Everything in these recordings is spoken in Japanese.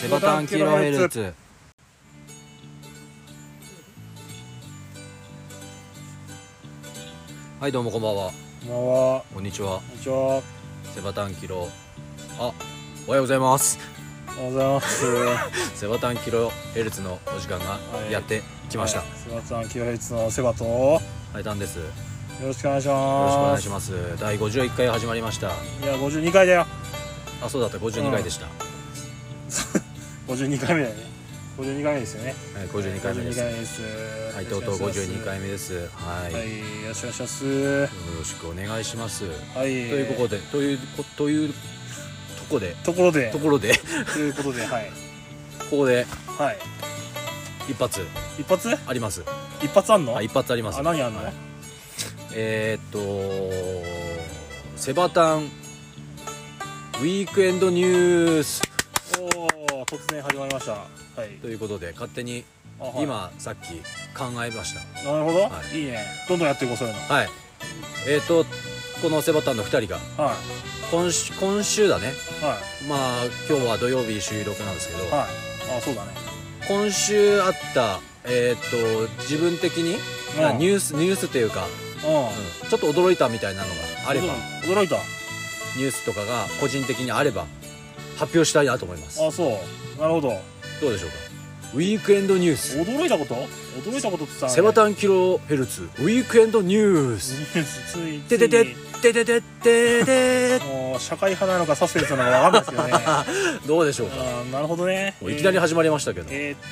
セバタンキロヘルツはいどうもこんばんはこんばんは。こんにちはこんにちは。おはよセバタンキロあおはようございます うございます。セバタンキロヘルツのお時間がはいやってきました、はいセバさん、キロヘイツのセバと。よはい、タンですよろしろしくお願いしくお願まいしす。ます第51回始まりましたいや、52回だよ。あそうだった52回でした、 52回目だよね。52回目ですよね。はい、52回目で52す回目です。はい、とうとう52回目ですはい、はよい、よろしくお願いします。はい。ろしくお願いします、とということでというこというとこでところでと。ころで ということで、はい。ここではい。一発一発。あります一発あんの。あ一発ありますあ、何あんの。はいはえー、っとセバタンウィークエンドニュースおお、突然始まりました。はい。ということで勝手にあはい今さっき考えましなるほど、、はいいねどんどんやっていこうそういうのたはいえー、っとこのセバタンの2人がは今週今週だねいはまあ今日は土曜日収録なんですけど、いはいあそうだね今週あったえー、っと自分的になニュュースニュースっていうか、うんちょっと驚いたみたいなのがあればうん驚いたニュースとかが個人的にあれば発表したいなと思いますあそうなるほどどうでしょうかウィークエンドニュース驚いたこと驚いたことってさセバンタンキロヘルツウィークエンドニュース ついつてていててててててもう社会派なのかサスペンスなのか分かんない ですよねどうでしょうかあーなるほどねもういきなりえー始まりましたけどえー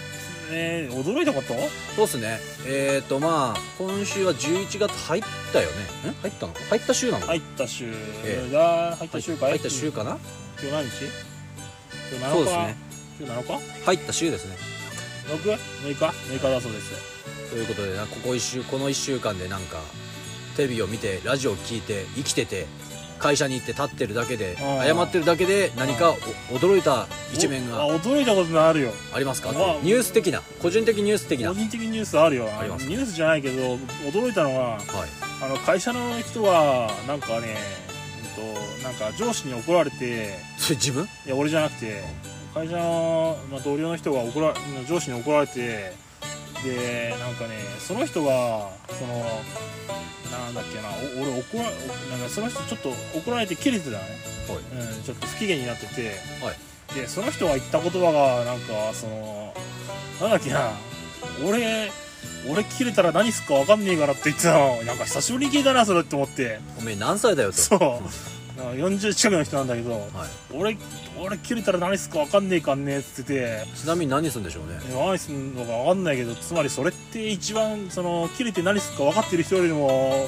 えー驚いたことそうっすねえっとまあ今週は11月入ったよねん入ったのか入った週なのか入った週えが入った週かい入った週かな今日何日今日7日そうですね今日7日入った週ですね ?6?6 日6日だそうですということでなここ一週この1週間でなんかテレビを見てラジオを聞いて生きてて会社に行って立ってるだけであー謝ってるだけで何かお驚いた一面おがあ驚いたことのあるよありますかうわニュース的な個人的ニュース的な個はい人的ニュースあるよありますニュースじゃないけど驚いたのはあの会社の人はなんかね、うんと、なんか上司に怒られてそれ自分いや俺じゃなくて会社の、まあ、同僚の人が怒ら上司に怒られてでなんかねその人がそのなんだっけなお俺怒らなんかその人ちょっと怒られて切れてたのね、うん、ちょっと不機嫌になってて、はでその人が言った言葉がなんかそのなんだっけな俺俺切れたら何すっか分かんねえからって言ってたのなんか久しぶりに聞いたなそれって思っておめえ何歳だよとそうなんか40近くの人なんだけどはい、俺俺切れたら何すっか分かんねえかんねえっつっててちなみに何するんでしょうね何すんのか分かんないけどつまりそれって一番その切れて何すっか分かってる人よりも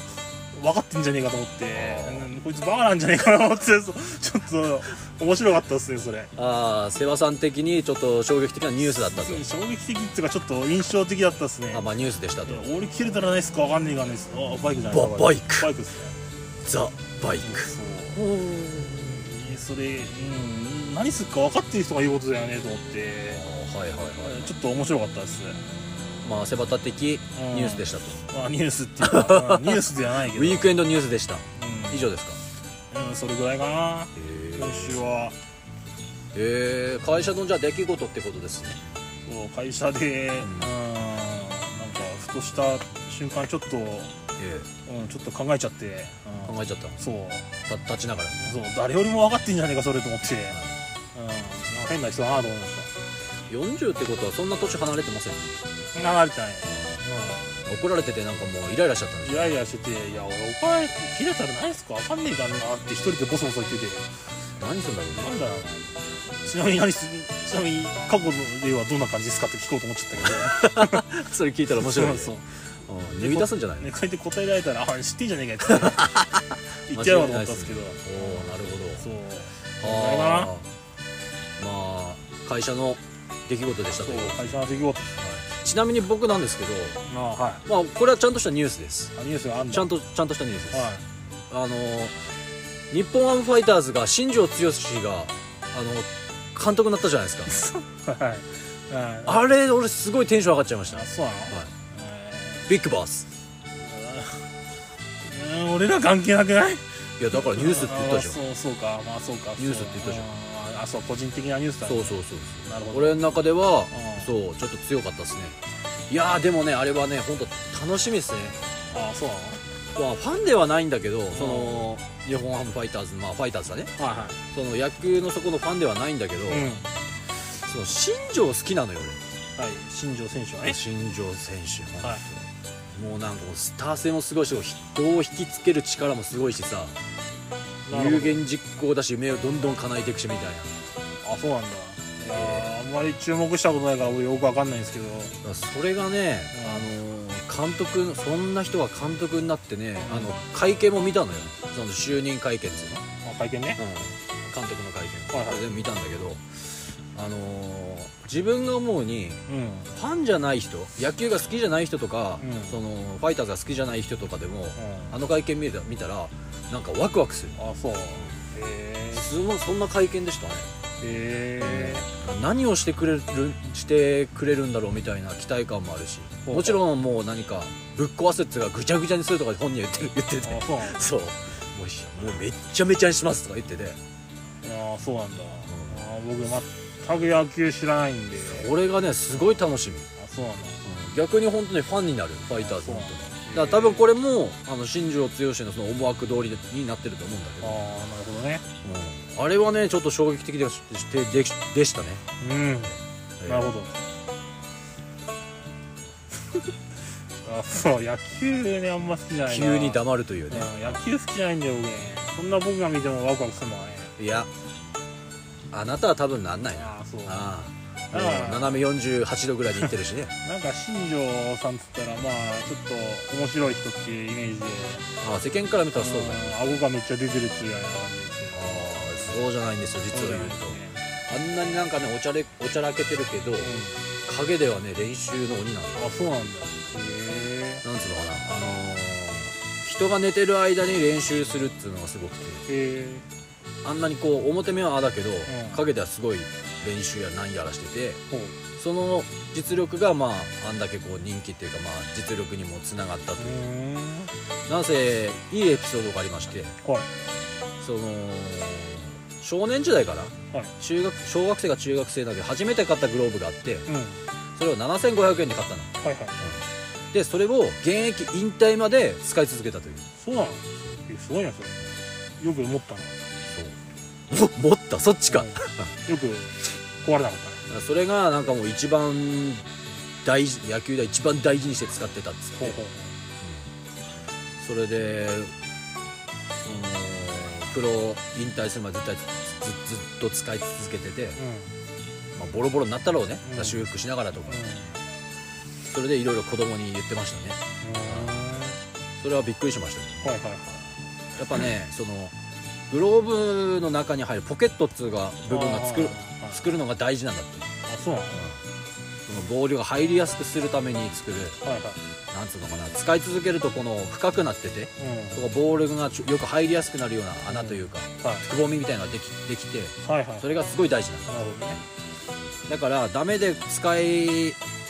分かってんじゃねえかと思ってあーうんこいつバカなんじゃねえかなと思ってそうちょっと面白かったですねそれああ世話さん的にちょっと衝撃的なニュースだったと衝撃的っていうかちょっと印象的だったですねあまあニュースでしたといや俺切れたら何すっか分かんねえかんねえっすあバイクじゃないババイクバイクですねザ・バイクそうえそれ、うん、何すっか分かってる人が言うことだよねと思ってあーはいはいはいちょっと面白かったです、まあセバタ的ニュースでしたとまあ、ニュースっていう か、うんニュースではないけウどィークエンドニュースでした以上ですかうん、うん、それぐらいかなへー今週はえー、会社のじゃあ出来事ってことですねそう会社で、うん、なんかふとした瞬間ちょっと、うえん、ちょっと考えちゃって、えうん考えちゃったそうた立ちながらそう誰よりも分かってんじゃねえかそれと思って、うん、なんか変な人だなと思いまし40ってことはそんな年離れてませんた流れてない、怒られててなんかもうイライラしちゃったんでうしん、イライラしてて「いや俺お前切れたら何すか分かんねえかんな」って一人でボソボソ言っててょ何するんだろうなねんだろうなちなみに何すちなみに過去の例はどんな感じですかって聞こうと思っちゃったけど それ聞いたら面白いね、そうそううん脱ぎ出すんじゃないの、ねこうやって答えられたら「あ知ってんじゃねえか」っつ って言ってやろうと思ったんですけどおおなるほどそうあーまあ会社の出来事でしたとそいうう会社の出来事ちなみに僕なんですけあはいどまあこれはちゃんとしたニュースですあニュースがあんだちゃんととちゃんとしたニュースです、はいあの日本ハムファイターズが新庄剛志があの監督になったじゃない ですかはいはいあれ俺すごいテンション上がっちゃいました、あはい、そうなのビッグボスえーうん俺ら関係なくないいやだからニュースって言ったじゃんあーそうそうかまあそうかニュースって言ったじゃんゃんあそう個人的なニュースだねそうそうそうなるほど俺の中ではうんそうちょっと強かったですねいやーでもねあれはね本当楽しみですねああそうなまあファンではないんだけどその日本ハムファイターズまあファイターズだねのはその野球のそこのファンではないんだけど、いはいうんその新庄好きなのよはい新庄選手は俺ね新庄選手本当はいもうなんかもうスター性もすごいし人を引きつける力もすごいしさなるほど有言実行だし夢をどんどん叶えていくしみたいあそうなんだいやーあんまり注目したことないから俺よくわかんないんですけどなだからそれがね、うんあの監督そんな人が監督になってね、あの会見も見たのよその就任会見っていうの、あ会見ね監督の会見、はいはい全部見たんだけどあのー自分が思うにうんうんファンじゃない人野球が好きじゃない人とか、うんそのファイターズが好きじゃない人とかでも、あの会見見た見たらなんかワクワクするあそうへそのそんな会見でしたねえへえ何をしてくれるしてくれるんだろうみたいな期待感もあるしほうもちろんもう何かぶっ壊すっつうかぐちゃぐちゃにするとか本人は言ってる 言っててあそうなんだそうもうひもうめっちゃめちゃにしますとか言っててあそうなんだあー僕全く野球知らないんで俺がねすごい楽しみあそうなんだ逆に本当にファンになるファイターズのあこそうとなんねだだから多分これもあの新庄剛志のその思惑通りになってると思うんだけああどなるほどねうんあれはねちょっと衝撃的でしでででしたねうんえーなるほど。 あそう、野球ね、あんま好きじゃないな。急に黙るといううん、ね野球好きじゃないんだよ、僕ね。そんな僕が見てもワクワクするのはね。いやあなたは多分なんないなああ、そう。なああうんもう斜め48度ぐらいでいってる しねんか新庄さんっつったら、まあ、ちょっと面白い人っていうイメージで、ああ世間から見たらそうだようん顎がめっちゃ出てるっていうような感じですああそうじゃないんですよけど実を言うとそうじゃないですねあんなになんかねおちゃれおちゃらけてるけど陰ではね練習の鬼なんだようんあ、そうなんだ。へなんつうのかなあのー人が寝てる間に練習するっていうのがすごくてえ。へえ。あんなにこう表面はああだけど、ん陰ではすごい練習やなんやらしててほう。その実力がまああんだけこう人気っていうかまあ実力にもつながったとういうーん。なんせいいエピソードがありましてはい。その少年時代かな、はい中学小学生が中学生だけど初めて買ったグローブがあってうん。はそれを7500円で買ったのいはい。でそれを現役引退まで使い続けたというそうなのえすごいなそれよく持ったのそう 持ったそっちか、うんよく壊れなかっそれがなんかもう一番大事野球で一番大事にして使ってたっつったてねほうほうそれでそのプロ引退するまで絶対ずずずっと使い続けてて、うんまあ、ボロボロになったろうね、うん修復しながらとかうんそれでいろいろ子供に言ってましたねそれはびっくりしましたねはいはいはいやっぱねそのグローブの中に入るポケットっつうか部分が作るあーはい作るのが大事なんだってあそうなのそのボールが入りやすくするために作るはいはなんつうのかな使い続けるとこの深くなってていうんそこボールがちょよく入りやすくなるような穴というかはいくぼみみたいなのができできてはいはいそれがすごい大事なんだなるほどねだからダメで使い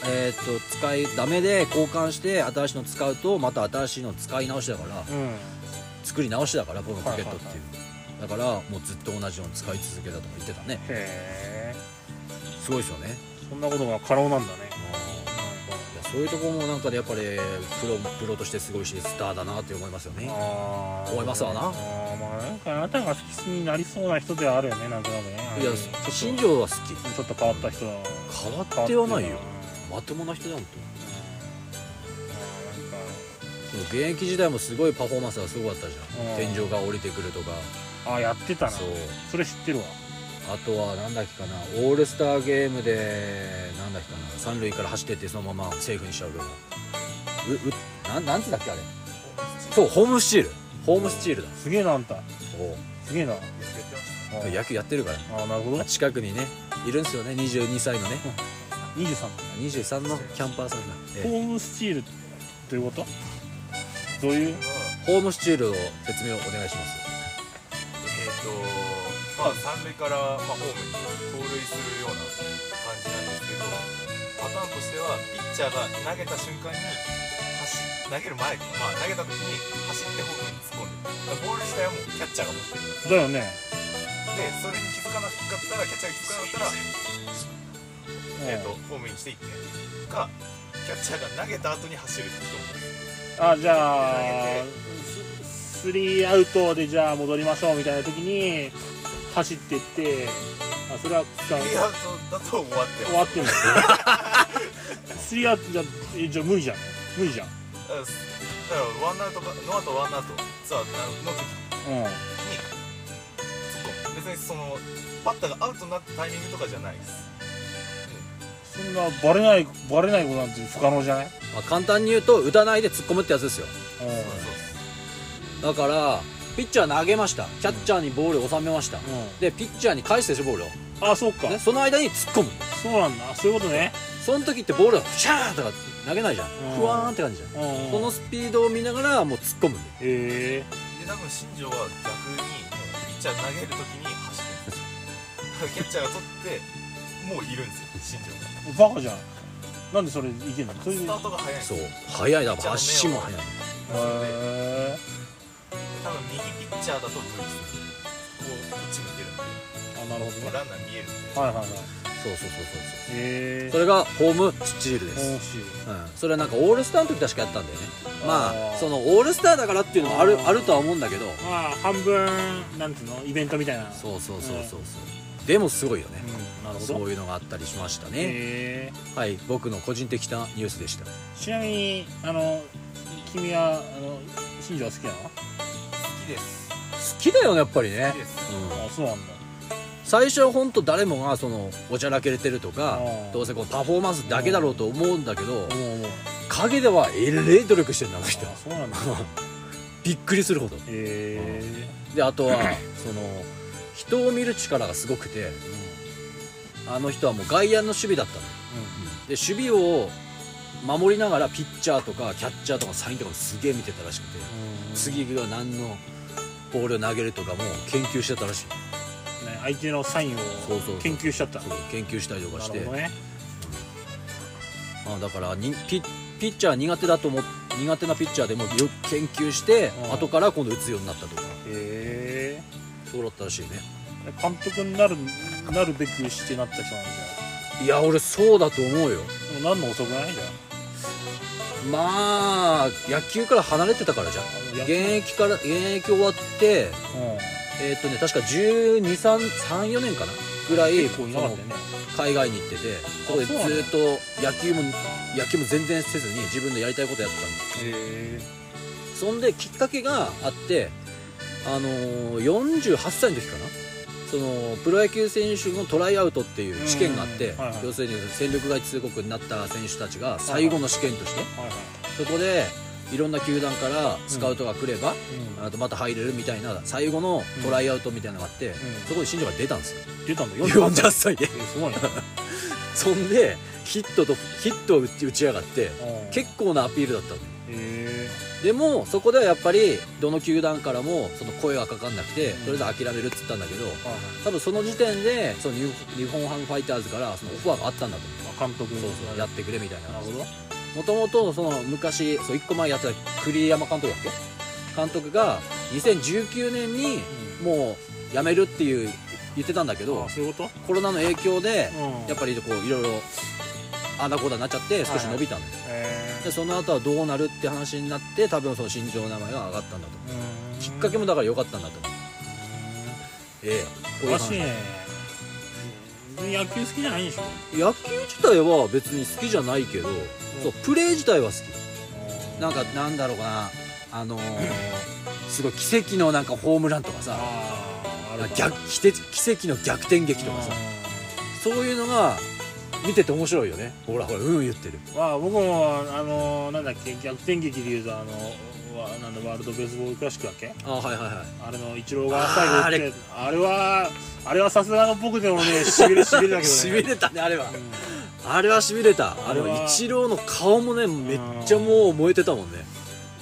えーっと使いダメで交換して新しいの使うとまた新しいの使い直しだからうん作り直しだからこのポケットっていう、はいだからもうずっと同じのを使い続けたとか言ってたねへえすごいですよねそんなことが可能なんだねいやそういうところもなんかでやっぱりプロプロとしてすごいしスターだなって思いますよねああ思いますわなあーまあなんかあなたが好きになりそうな人ではあるよねなんとなくねいやちょっと新庄は好きちょっと変わった人変わ変わってはないよってまともな人だもんとうんあーなんかその現役時代もすごいパフォーマンスがすごかったじゃんう天ん井が降りてくるとかあやってたなそうそれ知ってるわあとはなんだっけかなオールスターゲームでなんだっけかな三塁から走ってってそのままセーフにしちゃうようなううなんなんつうんだっけあれそうホームスチールホームスチールだすげえなあんたおうすげえなあ野球やってるからあなるほどまあ近くにねいるんですよね22歳のね23 23のキャンパーさんが、えホームスチールということどういえうホームスチールを説明をお願いしますえーとまあ、三塁から、まあ、ホームに盗塁するような感じなんですけどパターンとしてはピッチャーが投げた瞬間に走っ投げる前、まあ、投げた時に走ってホームに突っ込んでだからボール自体はもうキャッチャーが持っだてるよね、でそれに気づかなかったらキャッチャーが気づかなかったら、えー、とホームインしていってかキャッチャーが投げた後に走る人あじゃあススリーアウトでじゃあ戻りましょうみたいな時に走ってってあそれは使うスリーアウトだと終わって終わってんのスリーアウトじゃえじゃあ無理じゃん無理じゃんだからワンアウトかノーアウトワンアウトツーアウトの時うんに突っ込む別にそのバッターがアウトになったタイミングとかじゃないですそんなバレないバレないことなんて不可能じゃない、まあ、簡単に言うと打たないで突っ込むってやつですようんそうですだからピッチャー投げましたキャッチャーにボールを収めました、うでピッチャーに返してでしょボールを、ん、あそうか、ね、その間に突っ込むそうなんだそういうことねその時ってボールがシャーとか投げないじゃん、うんふわーんって感じじゃん、うんうんそのスピードを見ながらもう突っ込むんだよへえで多分新庄は逆にもうピッチャー投げる時に走るんですよキャッチャーが取ってもういるんですよ新庄がバカじゃんなんでそれいけんのそれでスタートが早いんですそよう速いだから足も速いへー多分右ピッチャーだと V ですこうこっち向けるんであなるほどねランナー見えるんではいはいはいそうそうそうそうへえそれがホームスチールです、面白いうん、それはなんかオールスターの時確かやったんだよねまああーそのオールスターだからっていうのもあるあーあるとは思うんだけどまあ半分なんていうのイベントみたいなそうそうそうそうそうでもすごいよねうん、なるほそどういうのがあったりしましたね、へえはい僕の個人的なニュースでしたちなみにあの君はあの新庄は好きなの好きです好きだよねやっぱりね好きですうん、あそうなんだ最初は本当誰もがそのおちゃらけれてるとかうんどうせこのパフォーマンスだけだろうと思うんだけど思う思う陰ではえれえ努力してるんだあの人あそうなんだびっくりするほどへであと はその人を見る力がすごくてあの人はもう外野の守備だったので守備を守りながらピッチャーとかキャッチャーとかサインとかもすげえ見てたらしくて次が何のボールを投げるとかも研究してたらしいね相手のサインをそうそう研究しちゃったそう研究したりとかなしるて、ほどねまあ、だからにピピッチャー苦手だと思っ苦手なピッチャーでもよく研究してうん後から今度打つようになったとかへそうだったらしいねえ監督になるなるべくしてなった人なんじいや俺そうだと思うよゃんでもなんの遅くないじゃんまあ野球から離れてたからじゃんあの現役から現役終わってうんえーっとね確か1 2 3 3 4年かなぐらい結構いなかったよねその海外に行っててそこでずそうなんだっと野球も野球も全然せずに自分でやりたいことやってたんですへそんできっかけがあってあのー48歳の時かなそのプロ野球選手のトライアウトっていう試験があって、うんはいはい要するに戦力外通告になった選手たちが最後の試験として、えはいはいそこでいろんな球団からスカウトが来れば、うんあとまた入れるみたいな最後のトライアウトみたいなのがあって、そこで新庄が出たんですよ出たんだよ48歳でえすごいねそんでヒットとヒットを打ち打ち上がってうん結構なアピールだったのへでもそこではやっぱりどの球団からもその声がかかんなくてうんとりあえず諦めるっつったんだけどえはいはい多分その時点でその日本日本ハムファイターズからそのオファーがあったんだとまあ監督思う、そうそうやってくれみたいななるほどもともとその昔そう1個前やってた栗山監督だっけ監督が2019年にもう辞めるっていう言ってたんだけどあそういうことコロナの影響でうんやっぱりこういろいろあんなこうだになっちゃって少し伸びたの、へでえその後はどうなるって話になって多分その新庄の名前が上がったんだと思うきっかけもだから良かったんだと思うええこういう話詳しいねうん野球好きじゃないんでしょ野球自体は別に好きじゃないけど、そうプレー自体は好きなんかなんだろうかなあのーすごい奇跡のなんかホームランとかさあーあるか逆奇跡奇跡の逆転劇とかさそういうのが見てて面白いよねほらほらうん言ってるうんまあ僕もあのなんだっけ逆転劇でいうとあのわなんだワールドベースボールクラシックだっけあはいはいはいあれのイチローが最後打ってあれはあれはさすがの僕でもねしびれ しびれだけどねしびれたねあれはうんあれはしびれたああれれははイチローの顔もねめっちゃもう燃えてたもんね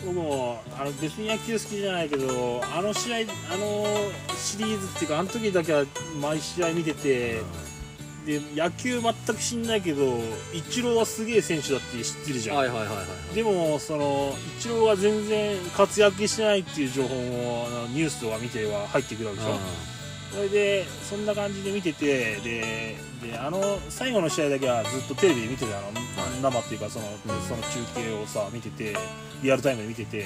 僕もあの別に野球好きじゃないけどあの試合あのシリーズっていうかあの時だけは毎試合見てて、で野球全く知んないけどイチローはすげえ選手だって知ってるじゃん、はいはいはいはいはいでもそのイチローは全然活躍してないっていう情報もあのニュースとか見てれば入ってくるわけでしょうそれでそんな感じで見ててでであの最後の試合だけはずっとテレビで見てたの、生っていうかその,、んその中継をさ見ててリアルタイムで見てて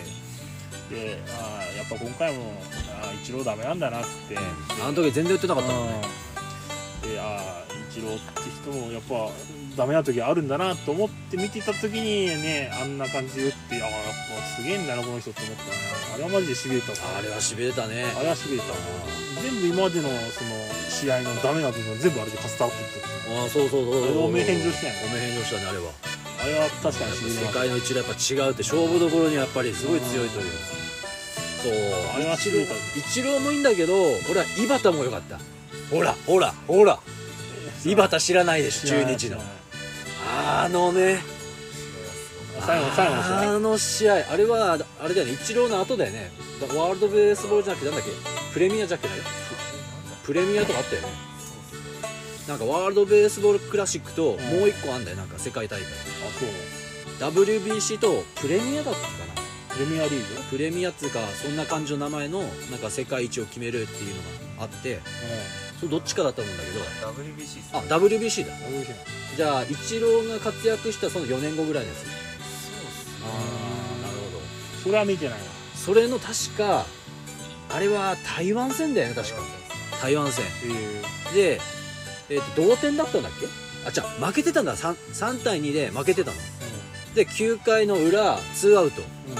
であーやっぱ今回もあーイチローダメなんだなっつって、んあの時全然売ってなかったもんねうんでああイチローって人もやっぱダメな時あるんだなと思って見てた時にねあんな感じで打ってああやっぱすげえんだなこの人って思ったなあれはマジでしびれたわあれはしびれたねあれはしびれたわ全部今までのその試合のダメな部分は全部あれでカスターっていったああそうそうそうそうおめえ返上したやんおめえ返上したねあれはあれは確かにしびれ世ました界の一郎やっぱ違うって勝負どころにやっぱりすごい強いというそうあれはしびれたねイチローもいいんだけど俺は井端も良かったほらほらほら井端知らないでしょ中日のあのね最後最後の試合あの試合あれはあれだよねイチローの後だよねだワールドベースボールじゃなくてなんだっけプレミアじゃなくてないプレミアとかあったよねなんかワールドベースボールクラシックともう一個あんだよなんか世界大会あそう WBC とプレミアだったかなプレミアリーグ、うんプレミアっつうかそんな感じの名前のなんか世界一を決めるっていうのがあってそれどっちかだったと思うんだけど WBC っすあね WBC だ美味しいなじゃあイチローが活躍したその4年後ぐらいのやつそうっすねあーなるほどそれは見てないなそれの確かあれは台湾戦だよね確か台湾戦えーで、えーと同点だったんだっけあじゃ負けてたんだ 3, 3対2で負けてたので9回の裏ツーアウトうんうん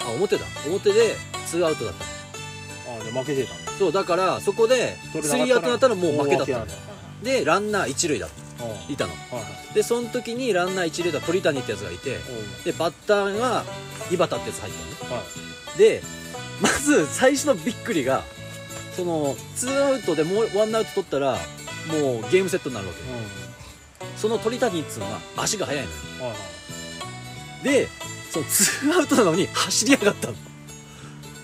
あ表だ表でツーアウトだったあじゃあ負けてたんだそうだからそこで取れスリーアウトになったらもう負けだったなのかでランナー一塁だっったうんいたのはいはいでその時にランナー一塁だ鳥谷ってやつがいてでバッターが井端ってやつ入ったのねうんはいでまず最初のびっくりがそのツーアウトでもうワンアウト取ったらもうゲームセットになるわけその鳥谷っつうのは足が速いのようんはいはいでそのツーアウトなのに走りやがったの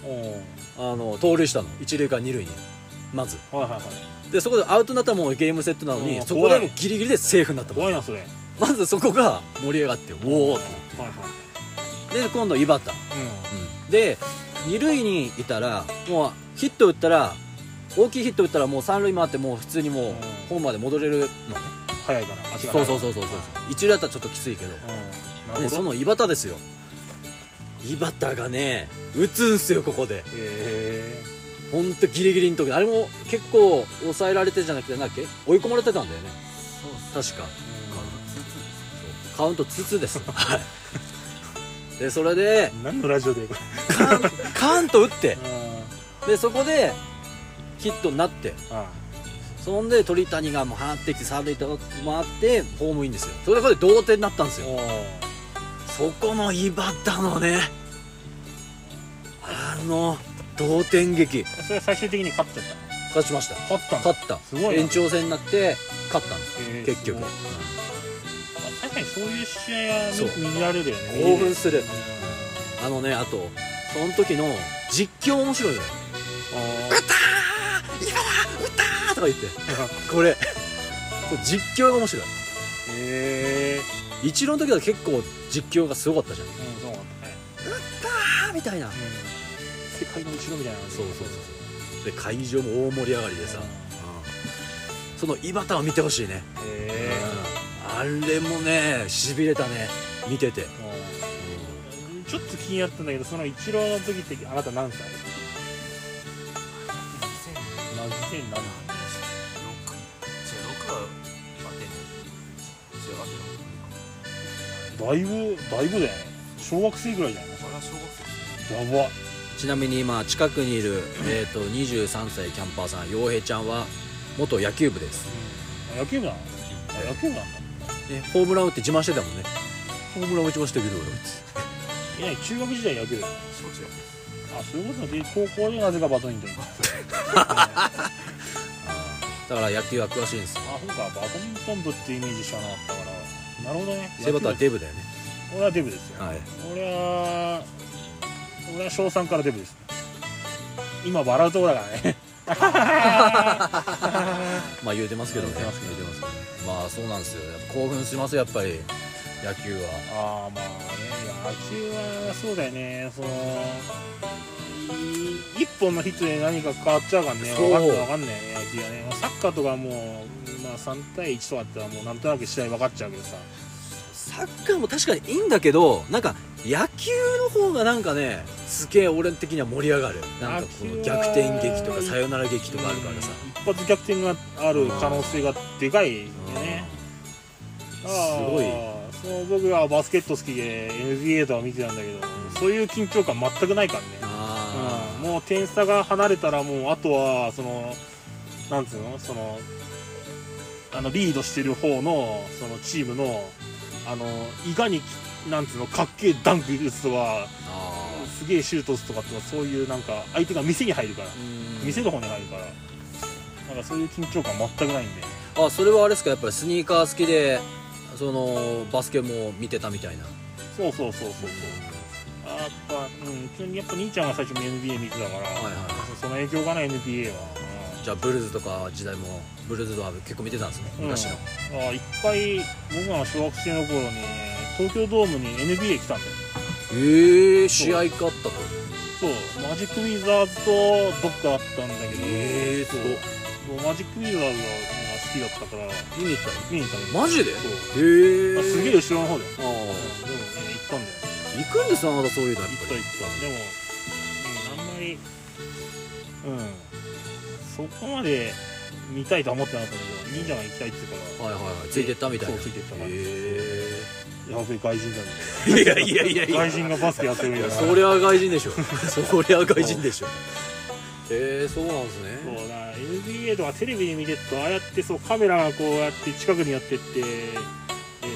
うんあの盗塁したの一塁から二塁にまずはいはいはいでそこでアウトになったらもうゲームセットなのにうんそこで怖もいギリギリでセーフになったの怖いなそれはいまずそこが盛り上がってウォーってはいで今度井端うんで二塁にいたらもうヒット打ったら大きいヒット打ったらもう三塁回ってもう普通にもうホームまで戻れるのね早いかな足がそうそううそうそうそう一塁だったらちょっときついけどんなでるほそどの井端ですよ井端がね打つんすよここでえほんとギリギリの時あれも結構抑えられてじゃなくてなんだっけ追い込まれてたんだよねそうっすね確かえカウントツーツーですはいでそれ で何のラジオでこカンカンと打ってれうんでそこでヒットになってあそんで鳥谷がもう払ってきて三塁と回ってホームインですよそれでこれで同点になったんですおよーそこの井端のねあの同点劇それは最終的に勝っちゃった勝ちました勝ったんだ勝ったすごいな延長戦になって勝ったんですへー結局すごいあ確かにそういう試合はそう見見られるよね興奮するうんあのねあとその時の実況面白いのよ「あ打ったー井端打ったー!」とか言ってこれそう実況が面白いーへえ一郎の時は結構実況がすごかったじゃんうんそうなんだねあーみたいな世界の後ろみたいなそうそうそうで会場も大盛り上がりでさ、うんその井端を見てほしいね、へうんあれもねしびれたね見てて、えちょっと気になったんだけどそのイチローの時ってあなた何歳何歳になるだいぶだいぶだよね小学生ぐらいじゃないのやばちなみに今近くにいる、えー、と23歳キャンパーさん陽平ちゃんは元野球部です、あ野球部なのあ野球部なんだね、ホームラン打って自慢してたもんねホームラン打ちましたけど俺いや中学時代野球部だよあそういうことで高校でなぜかバドミントンにあだから野球は詳しいんですよそうかバドミントン部ってイメージしかなかったからなるほどねセイバタはデブだよね俺はデブですよはい俺は俺は小3からデブです今笑うとこだからねまあ言うてますけどね言うてますけ言どうてますけどねまあそうなんですよやっぱ興奮しますやっぱり野球はああまあね野球はそうだよねそのい一本のヒットで何か変わっちゃうからねそう分かって分かんないよね野球はねサッカーとかはもう、まあ、3対1とかだったらもうなんとなく試合分かっちゃうけどさサッカーも確かにいいんだけどなんか野球の方がなんかねすげえ俺的には盛り上がるなんかこの野球逆は転劇とかサヨナラ劇とかあるからさ、うん一発逆転がある可能性がでかいよねうんだからすごいその僕がバスケット好きで NBA とか見てたんだけどそういう緊張感全くないからねああうんもう点差が離れたらもうあとはそのなんつうのそのあのリードしてる方のそのチームのあのいかになんつうのかっけえダンク打つとかあーすげえシュート打つとかってそういうなんか相手が店に入るからうん店の方に入るからなんかそういう緊張感全くないんであそれはあれですかやっぱりスニーカー好きでそのバスケも見てたみたいなそうそうそうそうそうやっぱうん普通にやっぱ兄ちゃんが最初に NBA 見てたから、はいはその影響かな NBA は、うんじゃあブルーズとか時代もブルーズとか結構見てたんですね昔の、あ一回僕が小学生の頃に東京ドームに NBA 来たんだよええ試合勝ったとそうマジックウィザーズとどっかあったんだけどへえそうすそうマジックウィザーズが好きだったから見に行ったの見に行ったんだけどマジでへそえうあすげえ後ろの方だよ、あうんあでもね行ったんだよ行くんですなまだそういうのやっ行っぱたり行ったでも、うん、あんまりうんそこまで見たいとは思ってなかったんだけど兄ちゃんが行きたいって言ってたかはいはいはいついてったみたいなそうついてったへからえらやべえ外人だねいやいやいやいや外人がバスケやってるいよやそりゃ外人で しょそりゃ外人でしょへえそうなんですそねうだ NBA とかテレビで見てるとああやってそうカメラがこうやって近くにやってってで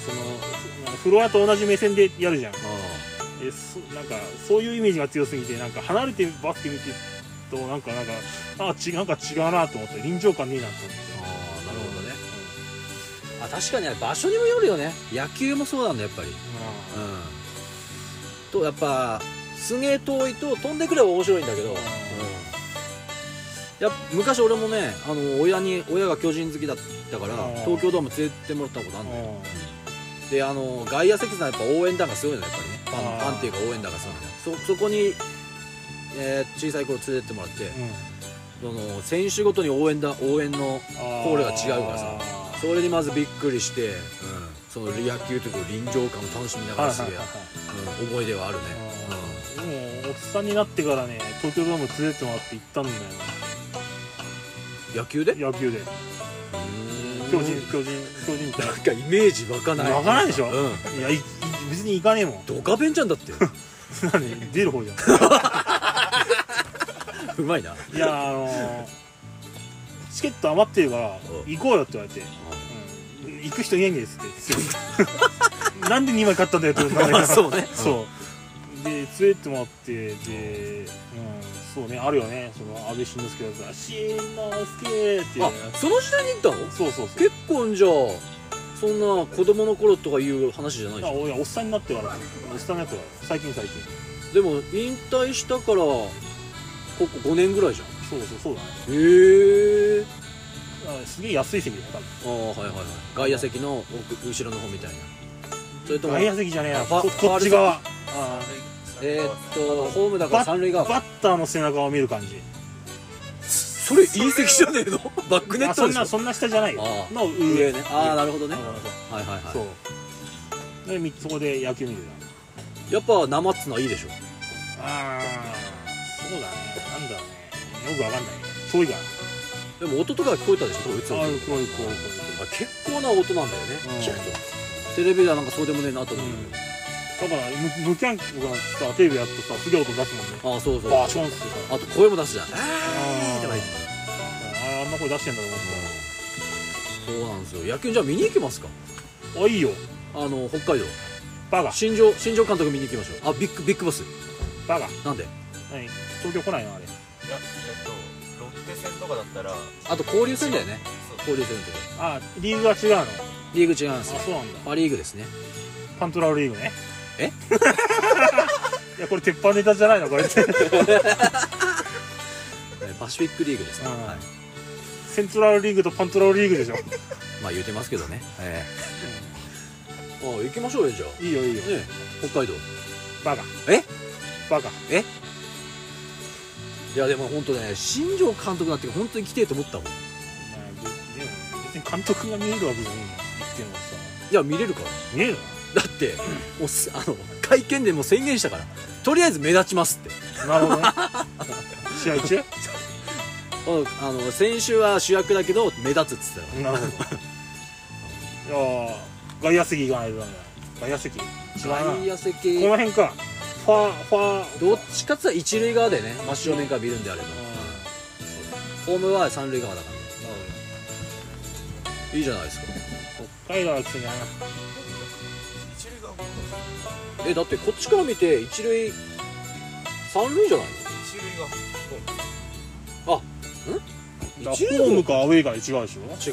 そのフロアと同じ目線でやるじゃんあでそなんかそういうイメージが強すぎてなんか離れてバスケ見てるとなんかなんかあちなんか違うなと思って臨場感ねえなと思ってあああなるほどねあ確かに場所にもよるよね野球もそうなんだやっぱりううんんとやっぱすげえ遠いと飛んでくれば面白いんだけど、うんいや昔俺もねあの親に親が巨人好きだったからうん東京ドーム連れてってもらったことあるのようんであの外野席さんやっぱ応援団がすごいのよやっぱりねファンあーファンっていうか応援団がすごいのよそそこに、えー小さい頃連れてってもらって、その選手ごとに応援団応援のコールが違うからさあそれにまずびっくりして、うん、その野球という臨場感を楽しみなーがはらいすはいげえはいはいうん思い出はあるね、でもおっさんになってからね東京ドーム連れてってもらって行ったんだよねうん、野球で野球で巨人巨人巨人ってなんかイメージ湧かない湧かないでしょうんいやいい別に行かねえもんドカベンちゃんだって 何出る方じゃうまいな、うんんいやあのーチケット余ってるからうん行こうよって言われて、うん、行く人いないんですってなんで2枚買ったんだよって言われまあたそうねそうで連れてってもらってで、うん、そうねあるよねその安倍晋之助だったら「しんのすけ」ってあその時代に行ったのそうそうそう結婚じゃあそんな子供の頃とかいう話じゃないあじゃんおいやおっさんになってからおっさんになってから最近最近でも引退したからここ5年ぐらいじゃんそうそうそうだねへえあすげえ安い席だよ多ああ分はいはいはい外野席の奥後ろの方みたいなそれとも外野席じゃねえあやファこファこーっルちさん側あえー、っとホームだから三塁側かバッターの背中を見る感じそれ隕石じゃねえのバックネッあトそでんしょなそんな下じゃないよああの上上ねああなるほどほねはいはいそはうでみそこで野球見るだいやっぱ生っつのはいいでしょああそうだねなんだろうねよくわかんないね遠いからでも音とか聞こえたでしょ打つあ音あ遠い遠い遠いあ結構な音なんだよね、うん聞くとテレビではなんかそうでもねえなと思う、うん遠いだから無無キャンプがさテレビやっとさすげえ音出すもんねああそうそうバあーションってさと声も出すじゃんあーあとか言ってああんな声出してんだと思そうなんですよ野球じゃあ見に行きますかってあいいよあの北海道バカ新庄新庄監督見に行きましょうあビッグビッグボスバカなんで何東京来ないのあれいやえっとロッテ戦とかだったらあと交流戦だよねそ交う流戦のとこあリーグが違うのあリーグ違うんですよそうなんだパ・リーグですね パントラーリーグね えいやこれ鉄板ネタじゃないのこれってえパシフィックリーグですね、うんはい、セントラルリーグとパントラルリーグでしょ、まあ言うてますけどね、ええああ行きましょうよじゃあうんいいよいいよねえ北海道バカえバカいやでも本当ね新庄監督になって本当に来てえと思ったもんいまあででも別に監督が見えるわけじゃないんだよ言ってもさや見れるから見えるだってもうすあの会見でもう宣言したからとりあえず目立ちますってのなるほどね 試合中あのあの先週は主役だけど目立つっつってたかなるほどいやー外野席行かないとダメだ外野席違うら外なこ野席の辺かファーファーどっちかっつったら一塁側でね真正面から見るんであれば、うんホームは三塁側だからなるいいじゃないですかほど北海道はきついな一塁側僕えだってこっちから見て一塁三塁じゃない一塁側のだ一から塁ホームもかアウェーが違うでしょ、うん、違う東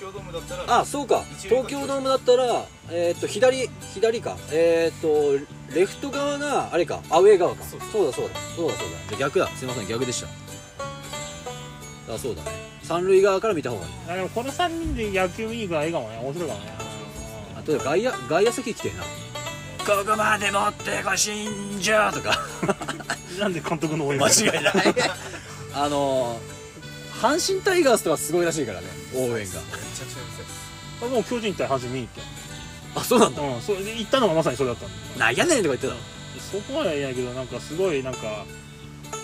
京ドームだったらあそうか一塁側東京ドームだったらえーっと左左かえーっとレフト側があれかアウェー側かそそううだそうだそうだそうだじゃあ逆だすいません逆でしたあそうだね三塁側から見た方がいいあでもこの3人で野球見に行くのはいいかもね面白いかもねあとで外野外野席来てえな「ここまで持ってこしんじゃ」とかなんで監督の応 援間違 いないあのー阪神タイガースとかすごいらしいからね応援がめちゃくちゃうるさいですあもう巨人対阪神見に行っあそうなんだてうんそれで行ったのがまさにそれだったんだなんやねんとか言ってたのそこまでは言えないけどなんかすごいなんか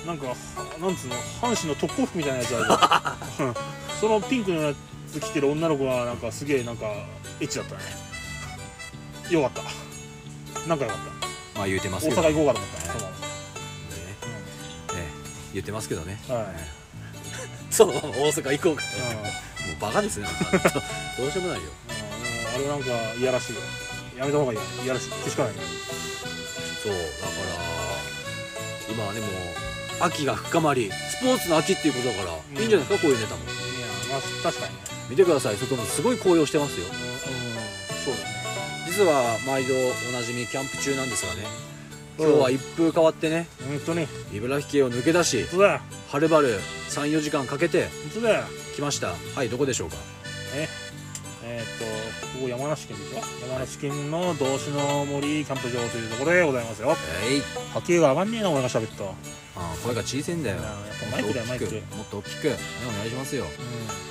なんかはなんつうの阪神の特攻服みたいなやつある じゃんうんそのピンクのやつ着てる女の子はなんかすげえなんかエッチだったねよかったなんかよかっまあ言うてまたす大けど阪ね行こうかと思ったねええ言ってますけどねそのままはい そのまま大阪行こうかうんうんもうバカですねなん かどうしようもないよあれなんかいやらしいよやめた方がいいよいやらしいけしかないねそうだから今はねもう秋が深まりスポーツの秋っていうことだから、いんいんじゃないですかこういうネタもいやまあ確かにね見てください外もすごい紅葉してますようんそうだね実は毎度おなじみキャンプ中なんですがねうん今日は一風変わってね本当に茨城県を抜け出し本当だよはるばる34時間かけて本当だよ来ましたはいどこでしょうかねえーっとここ山梨県でしょ山梨県の道志の森キャンプ場というところでございますよえい波形が上がんねえな俺が喋ったうんあー声が小さいんだよやっぱもマっイとクだよマ大きイクくもっと大きくねお願いしますよ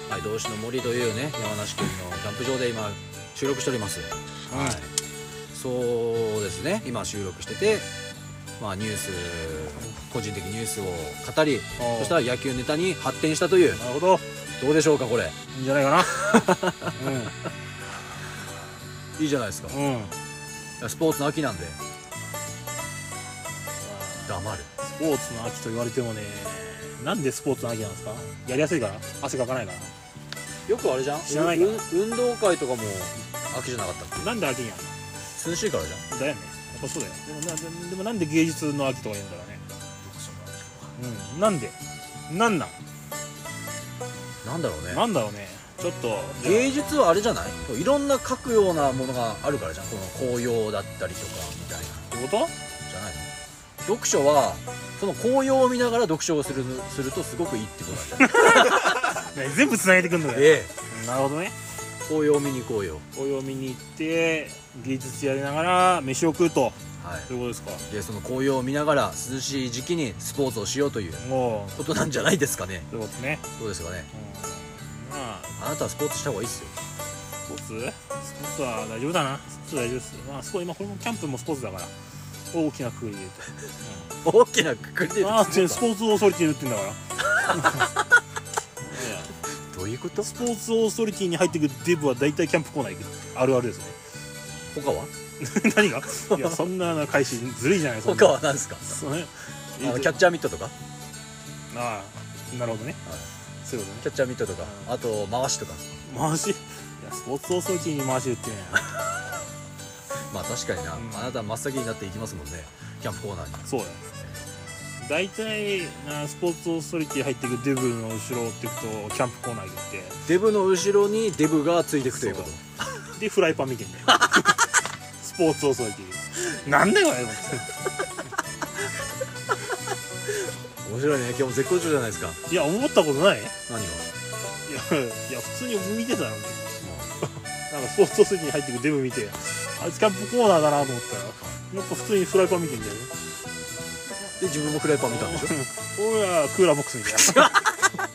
はい同志の森というね山梨県のキャンプ場で今収録しておりますうんはいそうですね今収録しててまあニュース個人的ニュースを語りおうそしたら野球ネタに発展したというなるほどどうでしょうかこれいいんじゃない かないいじゃないですかうんうんスポーツの秋なんで黙るスポーツの秋と言われてもねなんでスポーツの秋なんですかやりやすいから汗かかないかよくあれじゃん知らないかう運動会とかも秋じゃなかったっらなんで秋にやるけ涼しいからじゃんのだよねやっぱそうだよでもなででもなんで芸術の秋とか言うんだろうね読書もあるうんなんでなんなんなんだろうねなんだろうねちょっとじゃあ芸術はあれじゃないこういろんな書くようなものがあるからじゃんこの紅葉だったりとかみたいなってことじゃないの読書はその紅葉を見ながら読書をするするとすごくいいってことなんじゃないね全部つなげてくんのよ、えなるほどねえ紅葉を見に行こうよお読みに行って芸術やりながら飯を食うとはということですかいでその紅葉を見ながら涼しい時期にスポーツをしようというもうことなんじゃないですかねということね、どうですかねうん、まああなたはスポーツした方がいいっすよスポーツスポーツは大丈夫だなスポーツは大丈夫ですまあすごい今これもキャンプもスポーツだから大きなくくりで言う大きなくくりで言うととまあスポーツオーソリティに言ってんだからいやどういうことスポーツオーソリティに入ってくるデブは大体キャンプコーナー行くあるあるですね 他は何がいやそんな返しずるいじゃないそんな他は何ですかそれあのキャッチャーミットとかああなるほどね、はいそういうことねキャッチャーミットとかあと回しとか回しいやスポーツオーソリティに回し打ってねまあ確かにな、うんあなた真っ先になっていきますもんねキャンプコーナーに そうだよ大体なスポーツオーソリティ入っていくデブの後ろっていくとキャンプコーナー行ってデブの後ろにデブがついていくということそでフライパン見てん だよスポーツオーソリティなんだよあれ面白いね今日も絶好調じゃないですかいや思ったことないいや何がいや普通に見てたのになんかスポーツ席に入ってくデブ見てあいつキャンプコーナーだなと思ったらやっぱ普通にフライパン見てんだよねで自分もフライパン見たんでしょ 俺はクーラーボックスみたい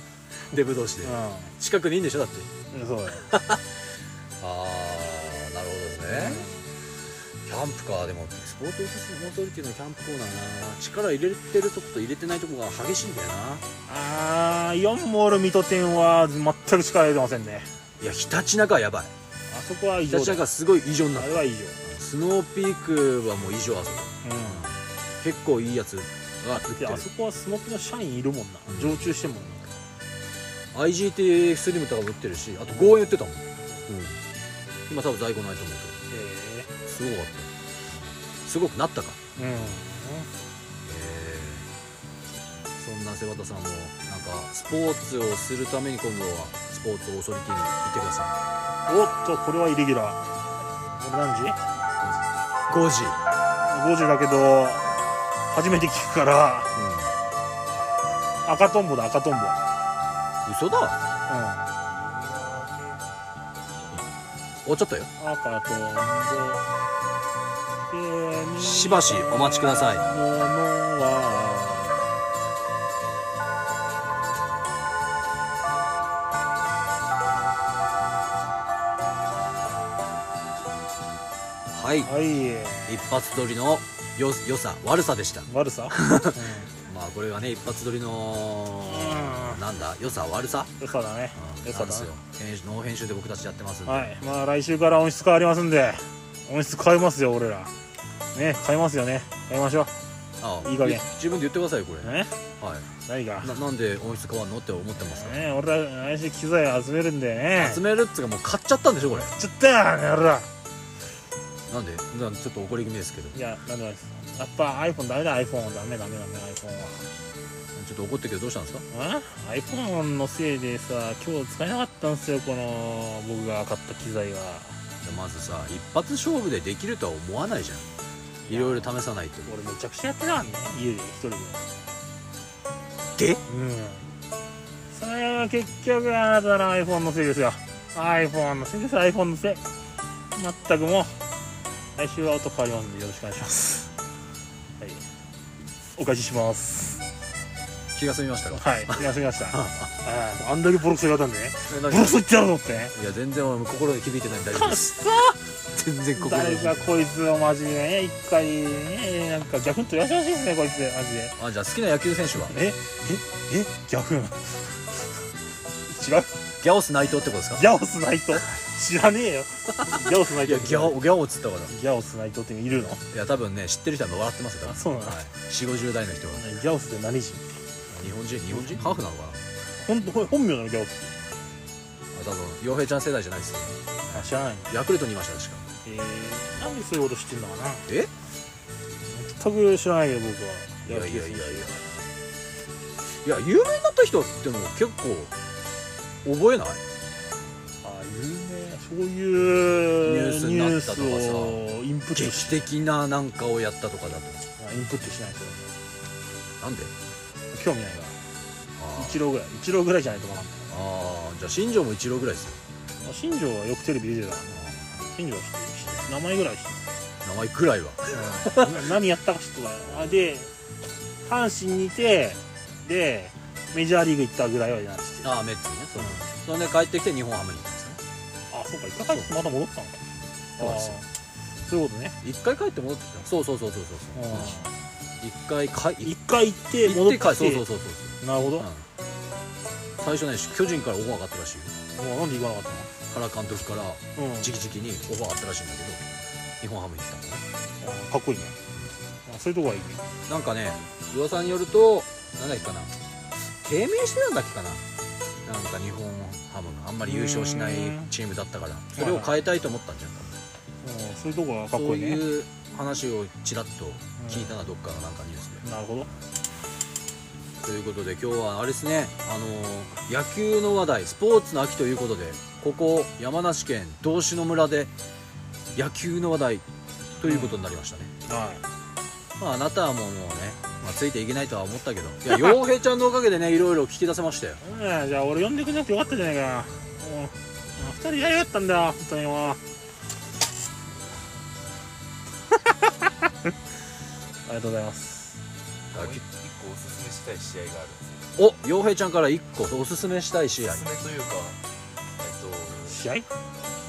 デブ同士で な近くにいいんでしょだってうんそうだよああなるほどねキャンプかでもスポーツオフィスモートリティのキャンプコーナーな力入れてるとこと入れてないとこが激しいんだよなあーイオンモール水戸店は全く力入れてませんねいやひたちなかはやばいあそこは異ひ常たちだなかすごい異常になっあたれは異常スノーピークはもう異常あそこう結構いいやつが売っんてでるあそこはスモップの社員いるもんなうん常駐してんもんな IGT スリムとかも売ってるしあと5円売ってたもん、今多分在庫ないと思うけえどすごかったすごくなったかえうんえーそんな瀬端さんもなんかスポーツをするために今度はスポーツオーソリティに行ってくださおっとこれはイレギュラーこれ何時い5時、 5時だけど初めて聞くから赤とんぼだ赤とんぼ、うん、うん、嘘だ赤終わっちゃったよとんぼしばしお待ちくださいものははいはい一発撮りのよ良さ悪さでした悪 さ、まあこれがね一発撮りのうんなんだ良さ悪さうん、良さだね良なさんでだすよね編集ノー編集で僕たちやってますんで、はいまあ来週から音質変わりますんで音質変えますよ俺らね変えますよね変えましょうああいい加減自分で言ってくださいよこれ、ねはい何がななんで音質変わんのって思ってますか、ね俺ら来週機材集めるんでね集めるっつうかもう買っちゃったんでしょこれちょっとやね俺らなんでなんちょっと怒り気味ですけどいやなんでもないですやっぱ iPhone ダメだ iPhone ダメダメダメ iPhone ちょっと怒ってるけどどうしたんですかはん iPhone のせいでさ今日使えなかったんですよこの僕が買った機材がじゃあまずさ一発勝負でできるとは思わないじゃんいろいろ試さないと俺めちゃくちゃやってたからね家で一人ででうんそれは結局あなたの iPhone のせいですよ iPhone のせいです iPhone のせい全くもう来週は音変わりますんでよろしくお願いしますはいお返しします気が済みましたかはいすいません ましたああんだけボロクソ言われたんでねえボ何ロクソ言ってやろうと思ってねいや全然俺も心に響いてないんで大丈夫くでっ すそ全然心に誰かこいつをマジでね一回ねなんかギャフンとやしてほしいですねこいつマジであじゃあ好きな野球選手はえええギャフン違うギャオス内藤ってことですかギャオスナイト知らねえよギャオスナイいトやギャオギャオっつったからギャオスナイトっているのいや多分ね知ってる人は笑ってますよ多あ分そうなの、はい4 5 0代の人はギャオスって何人日本人日本人ハーフなのかなほんほん本名なのギャオスっあ多分洋平ちゃん世代じゃないですよてあ知らないのヤクルトにいました確かえー、なんでそういうこと知ってんのかなえ全く知らないけど僕はいやいやいやいやいや有名になった人ってもう結構覚えないあ有名そういうニニュューーススになったとかさをインプット劇し的ななんかをやったとかだとあインプットしないですよなんで興味ないからあ一郎ぐらい一郎ぐらいじゃないと分かんないーあーじゃあ新庄も一郎ぐらいですよあ新庄はよくテレビ出てたからね新庄は知ってるし名前ぐらい知ってる名前くらいはうん何やったかちょっとわあで阪神にいてでメジャーリーグ行ったぐらいはやらしてああメッツねそうそれで帰ってきて日本ハムに行ったんですねあそうか一回帰ってまた戻ったのかそうですよあーそういうことね一回帰って戻ってきたのそうそうそうそうそうう一回かんい一回行って行戻っっててき帰てそうそうそうそうなるほども最初ね巨人からオファーがあったらしいようなんで行かなかっ原監督からたのうん直々にオファーあったらしいんだけど日本ハムに行ったのねあかっこいいねあそういうとこはいいねなんかね噂によるとなんだっけかな低迷してたんだっけかななんか日本ハムがあんまり優勝しないチームだったからそれを変えたいと思ったんじゃんうんそういうとこはかそっうこいいねいう話をちらっと聞いたなどっかのなんかニュースでうんなるほどということで今日はあれですねあのー野球の話題スポーツの秋ということでここ山梨県道志の村で野球の話題ということになりましたね、はいまああなたはもうもうねまあ、ついていけないとは思ったけどい や洋平ちゃんのおかげでねいろいろ聞き出せましたようんじゃあ俺呼んでくれなくてよかったじゃないかなもう二人やりやがったんだよ本当にもう ありがとうございますもう一一個おすすめしたい試合があるんですよお洋平ちゃんから1個おすすめしたい試合おすすめというかえ試合っ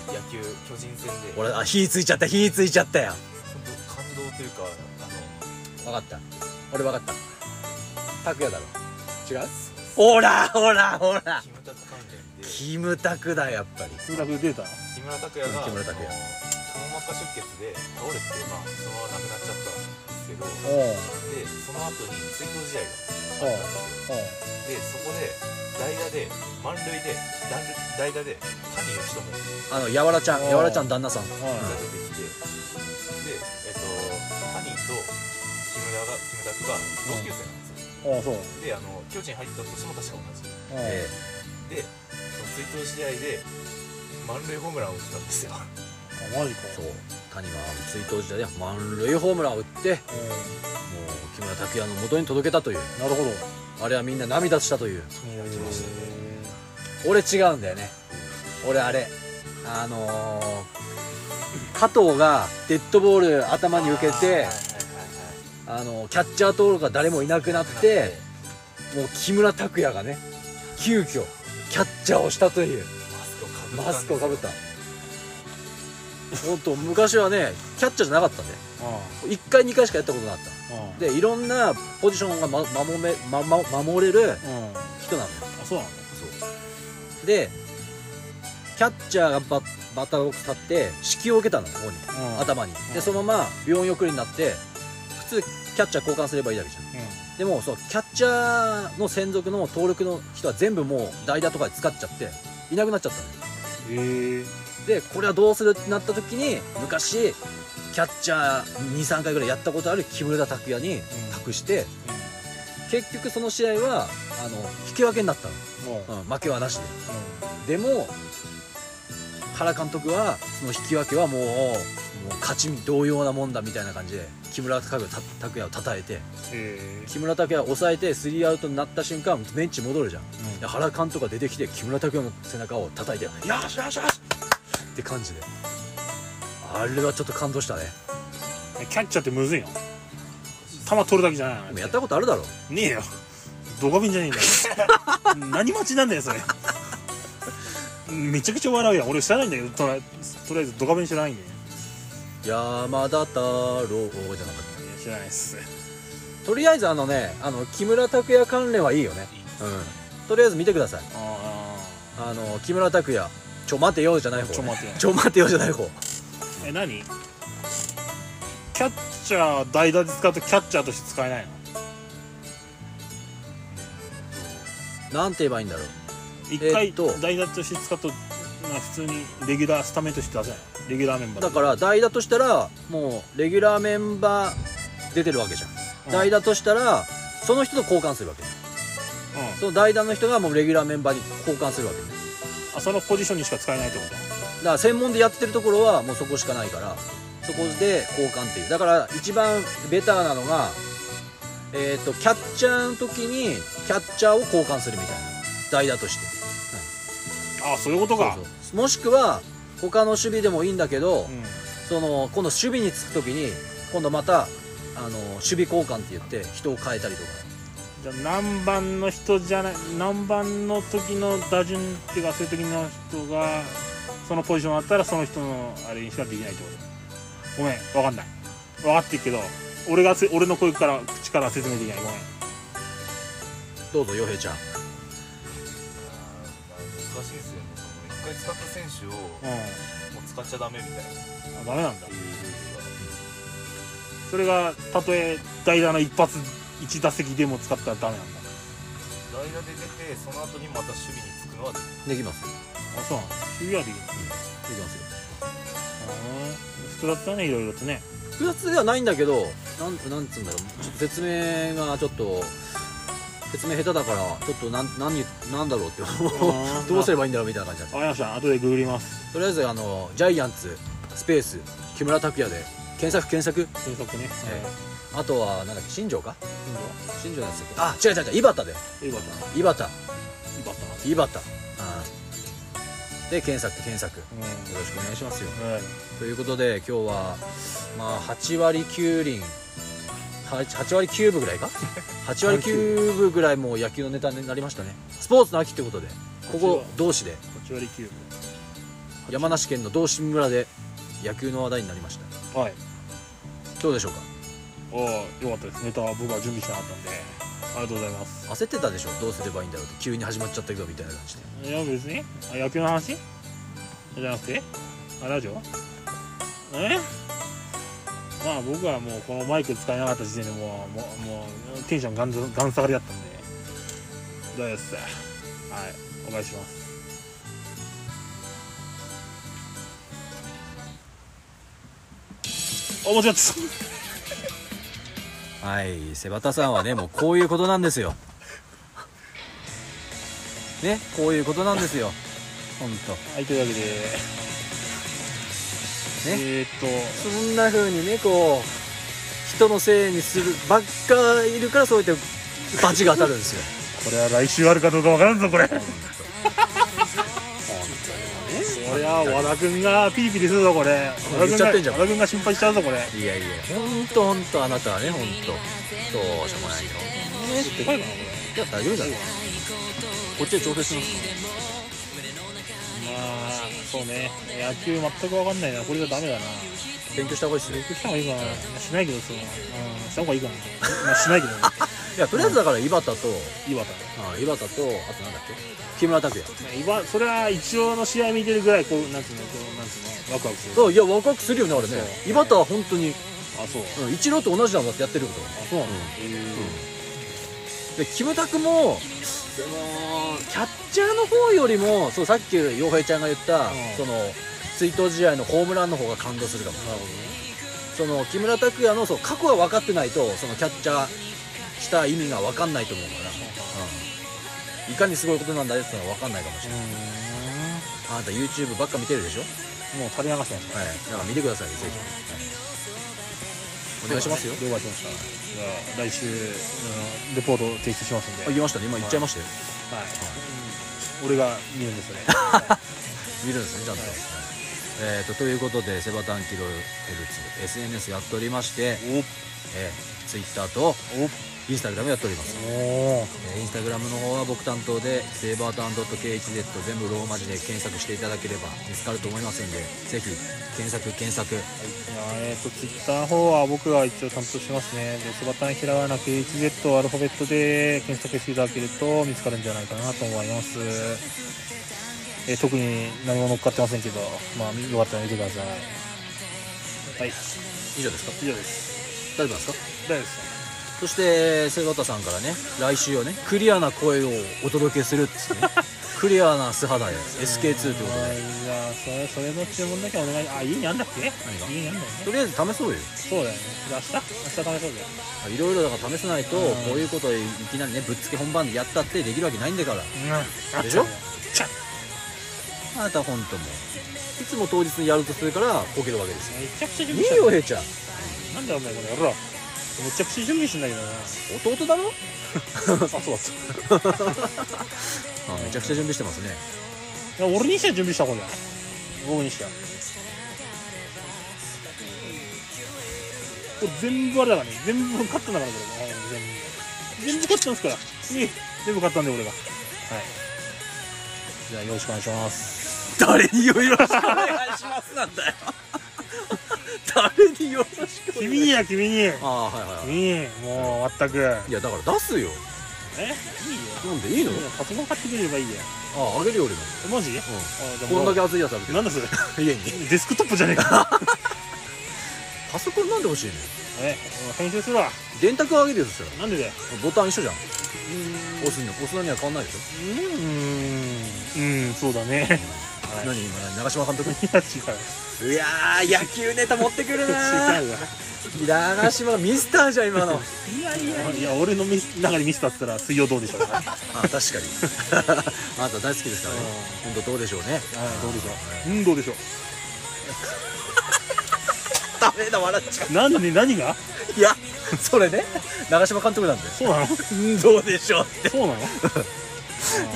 と野球巨人戦で俺あ火ついちゃった火ついちゃったよ本当感動というかあの分かった俺分かった拓也だろ違うほらほらほらキムタク関連でキムタクだやっぱり数学データ木村拓哉が木村拓哉あのくも膜下出血で倒れて、まあ、そのまま亡くなっちゃったんですけどおうでその後に追悼試合おうがあっおうたんですよでそこで代打で満塁で代打代打で谷義友あのやわらちゃんおうやわらちゃん旦那さんが出てきてでえっと谷と木村がキムタクが同級生なんですようんああそうであの巨人入った年も確か同じうんえでその追悼試合で満塁ホームランを打った んですよあマジかえそう谷は追悼時代で満塁ホームランを打ってもうう木村拓哉の元に届けたというんなるほどあれはみんな涙したというへえ俺違うんだよね俺あれあのー、加藤がデッドボール頭に受けてあのキャッチャー登録が誰もいなくなってもう木村拓哉がね急遽キャッチャーをしたというマスクをかぶった本当昔はねキャッチャーじゃなかったね1回2回しかやったことなかっうんうんたでいろんなポジションが、ま、守め、ま、ま守れるうんあ人なのよそうなんだでキャッチャーがババッターボックス立って指揮を受けたのここにうん頭にうでんそのまま病院送りになって普通キャッチャー交換すればいいだけじゃんうでもそうキャッチャーの専属の登録の人は全部もう代打とかで使っちゃっていなくなっちゃったのよんへえでこれはどうするってなった時に昔キャッチャー23回ぐらいやったことある木村拓哉に託して結局その試合はあの引き分けになったもうの、うん、負けはなしででも原監督はその引き分けはもうもう勝ち同様なもんだみたいな感じで木村拓哉をた拓哉をたたえてへえ木村拓哉を抑えてスリーアウトになった瞬間ベンチ戻るじゃんで原監督が出てきて木村拓哉の背中を叩いて「よしよしよし!」って感じであれはちょっと感動したねキャッチャーってむずいの球取るだけじゃないのでもやったことあるだろねえよドカビンじゃねえんだよ 何待ちなんだよそれめちゃくちゃ笑うやん俺知らないんだけどとりあえずとりあえずドカビン知らないんで山田太郎じゃなかっ知らないっすたとりあえずあのねあの木村拓哉関連はいいよねうんとりあえず見てくださいああの木村拓哉「ちょ待てよ」じゃないあ方、ね、ちょ待てよちょ待てよ」じゃない方え何キャッチャー代打で使うとキャッチャーとして使えないのなんて言えばいいんだろう一え回っと代打として使うとな普通にレギュラースタメンとして出せないのレギュラーメンバーだから代打としたらもうレギュラーメンバー出てるわけじゃん、うん代打としたらその人と交換するわけら、うん、その代打の人がもうレギュラーメンバーに交換するわけねあそのポジションにしか使えないってことだから専門でやってるところはもうそこしかないからそこで交換っていうだから一番ベターなのがえっ、とキャッチャーの時にキャッチャーを交換するみたいな代打としてああそういうことかそうそうもしくは他の守備でもいいんだけど、うんその今度守備につく時に今度またあの守備交換って言って人を変えたりとかじゃあ何番の人じゃない何番の時の打順っていうかそういう時の人がそのポジションあったらその人のあれにしかできないってことごめん分かんない分かってるけど俺がせ俺の声から口から説明できないごめんどうぞ洋平ちゃん難しいですよねその一回使った選手をもうう使っちゃダメみたいなっていうんあダメなんだルールがそれがたとえ代打の一発一打席でも使ったらダメなんだ代打で出てその後にまた守備につくのはできできますであそうなんだ守備はできるきますよ複雑だねいろいろとね複雑ではないんだけどなんなんつうんだろうちょっと説明がちょっと説明下手だからちょっとなん何なんだろうって思う どうすればいいんだろうみたいな感じだっ分かりました後でググりますたとりあえずあのジャイアンツスペース木村拓哉で検索検索検索ね、えあとはなんだっけ新庄か新庄のやつだっけあ違う違う違う井端で井井端端井端井端うんで検索検索ようんろしくお願いしますよはいということで今日はまあ8割9厘 8, 8割9分ぐらい か8割9分ぐらいもう野球のネタになりましたねスポーツの秋ってことでここ同志で8割9山梨県の道志村で野球の話題になりました分はいどうでしょうかおーよかったですネタは僕は準備してなかったんでありがとうございます焦ってたでしょどうすればいいんだろうって急に始まっちゃったけどみたいな感じでいや別にあ野球の話じゃなくてあラジオえまあ僕はもうこのマイク使えなかった時点でもうもうもうテンションがんずがん下がりだったんでどうですはいお願いしますあ間違ったはい瀬端さんはねもうこういうことなんですよねこういうことなんですよほんとはいというわけでねえー、っとそんな風にねこう人のせいにするばっかいるからそうやってバチが当たるんですよこれは来週あるかどうかわからんぞこれほんとそりゃ和田君がピリピリするぞこれ和言っちゃ田ってん君じがゃん和田君が心配しちゃうぞこれいやいやほんとほんとあなたはねほんとどうしようもないよでかいかなこいや大丈夫だよこっちで調整しますれまあそうね野球全くわかんないなこれじゃダメだな勉強した方がいいですよ勉強した方がいいかなしないけどそのうんした方がいいかな、まあ、しないけ どねいやとりあえずだから井端と井端あ井端とあとなんだっけ木村拓哉まあ井端それは一応の試合見てるぐらいこうなんつうのこうなんつうのワクワクするそういやワクワクするよねあれねそう井端は本当にあそううんイチローと同じなんだってやってることあそうなの、うんえでキムタクもそのキャッチャーの方よりもそうさっき洋平ちゃんが言った、うんその追悼試合のホームランの方が感動するかもーなるほその木村拓哉のそう過去は分かってないとそのキャッチャーした意味が分かんないと思うから、うん、いかにすごいことなんだよってのは分かんないかもしれどないねあなた YouTube ばっか見てるでしょうーんもう垂れ流してますはいだから見てくださいぜひ、はいお願いしますよ了解しましたじゃあ来週、うん、レポート提出しますんであ言いましたね今言っちゃいましたよ、はい、俺が見るんですね見るんですねちゃんと、えー、とということでセバタンキロヘルツ SNS やっておりまして、おえー、Twitter とお Instagram やっております、おえー、Instagram の方は僕担当でセバタン .khz 全部ローマ字で検索していただければ見つかると思いますんでぜひ検索検索えっ、とツイッターの方は僕が一応担当してますねでそばたんひらがな KHZ をアルファベットで検索していただけると見つかるんじゃないかなと思います、えー特に何も乗っかってませんけどまあよかったら見てくださいはい以上ですか以上です大丈夫なんですか大丈夫ですそしてセバタさんからね来週はねクリアな声をお届けするっつってねクリアな素肌で SK2 ということはでいじゃあそれそれの注文だけお願いあ家にあんだっけ何が家にあんだよねとりあえず試そうよそうだよねじゃあ明日明日試そうぜいろいろだから試さないとうんこういうこといきなりねぶっつけ本番でやったってできるわけないんだからうんでしょちゃっあなた本当もういつも当日にやるとするからこけるわけですよめちゃくちゃ準い備しいたよヘイちゃんなんだお前この野郎めちゃくちゃ準備してんだけどな弟だろあそうだそうあめちゃくちゃ準備してますねだ俺にしては準備した方じゃない僕にしてはこれ全部あれだからね全部勝ったんだからこれはい全部全部勝ったんですからいい全部勝ったんで俺がはいじゃあよろしくお願いします誰によろしくお願いしますなんだよ誰によろしくお願い君にや君にああはいはいは君にもう全くえいいやだから出すよいいよなんでいいのいいよパソコン買ってくれればいいよあああげるよ俺もえマジ、あじゃあこもんうだけ熱いやつあるけどなんだそれ家にデスクトップじゃねえかパソコンなんで欲しいのえ編集するわ電卓あげるよそしたらなんでだよボタン一緒じゃんうー押すの押すのには変わんないでしょんうんそうだねはい何今何長嶋監督いや違いやー野球ネタ持ってくるなう違うわ長嶋ミスターじゃん 今のいやいやいや俺のミス中にミスだったら水曜どうでしょうかあ確かに あなた大好きですからね今度どうでしょうねあどうでしょううんどうでしょうダメだ笑っちゃなんで何がういやそれね長嶋監督なんでそうなのうんどうでしょうそうなの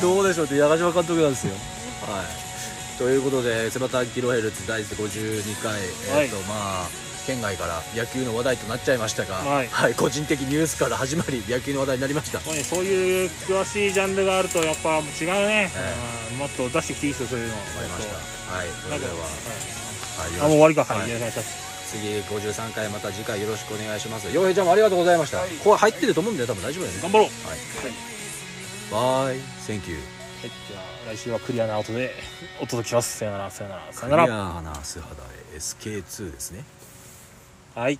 どうでしょうって長嶋監督なんですよ。はい、ということで「セバタンキロヘルツ」第52回、はえいっ、とまあ県外から野球の話題となっちゃいましたが、はい個人的ニュースから始まり野球の話題になりました。これそういう詳しいジャンルがあるとやっぱ違うね、えうんもっと出してきていいですよそういうのわわかりました。はい、そなれんでかは、はい、あもう終わりかははいい、よろしくお願いします次53回また次回よろしくお願いします。洋平ちゃんもありがとうございました。はいここ入ってると思うんだよ多分大丈夫だよね。頑張ろうはい、はバいイ、センキュー。はい、じゃあ来週はクリアな音でお届けします。さよなら、さよなら、さクよリなアら。ーな素肌へ SK2 ですね。はい。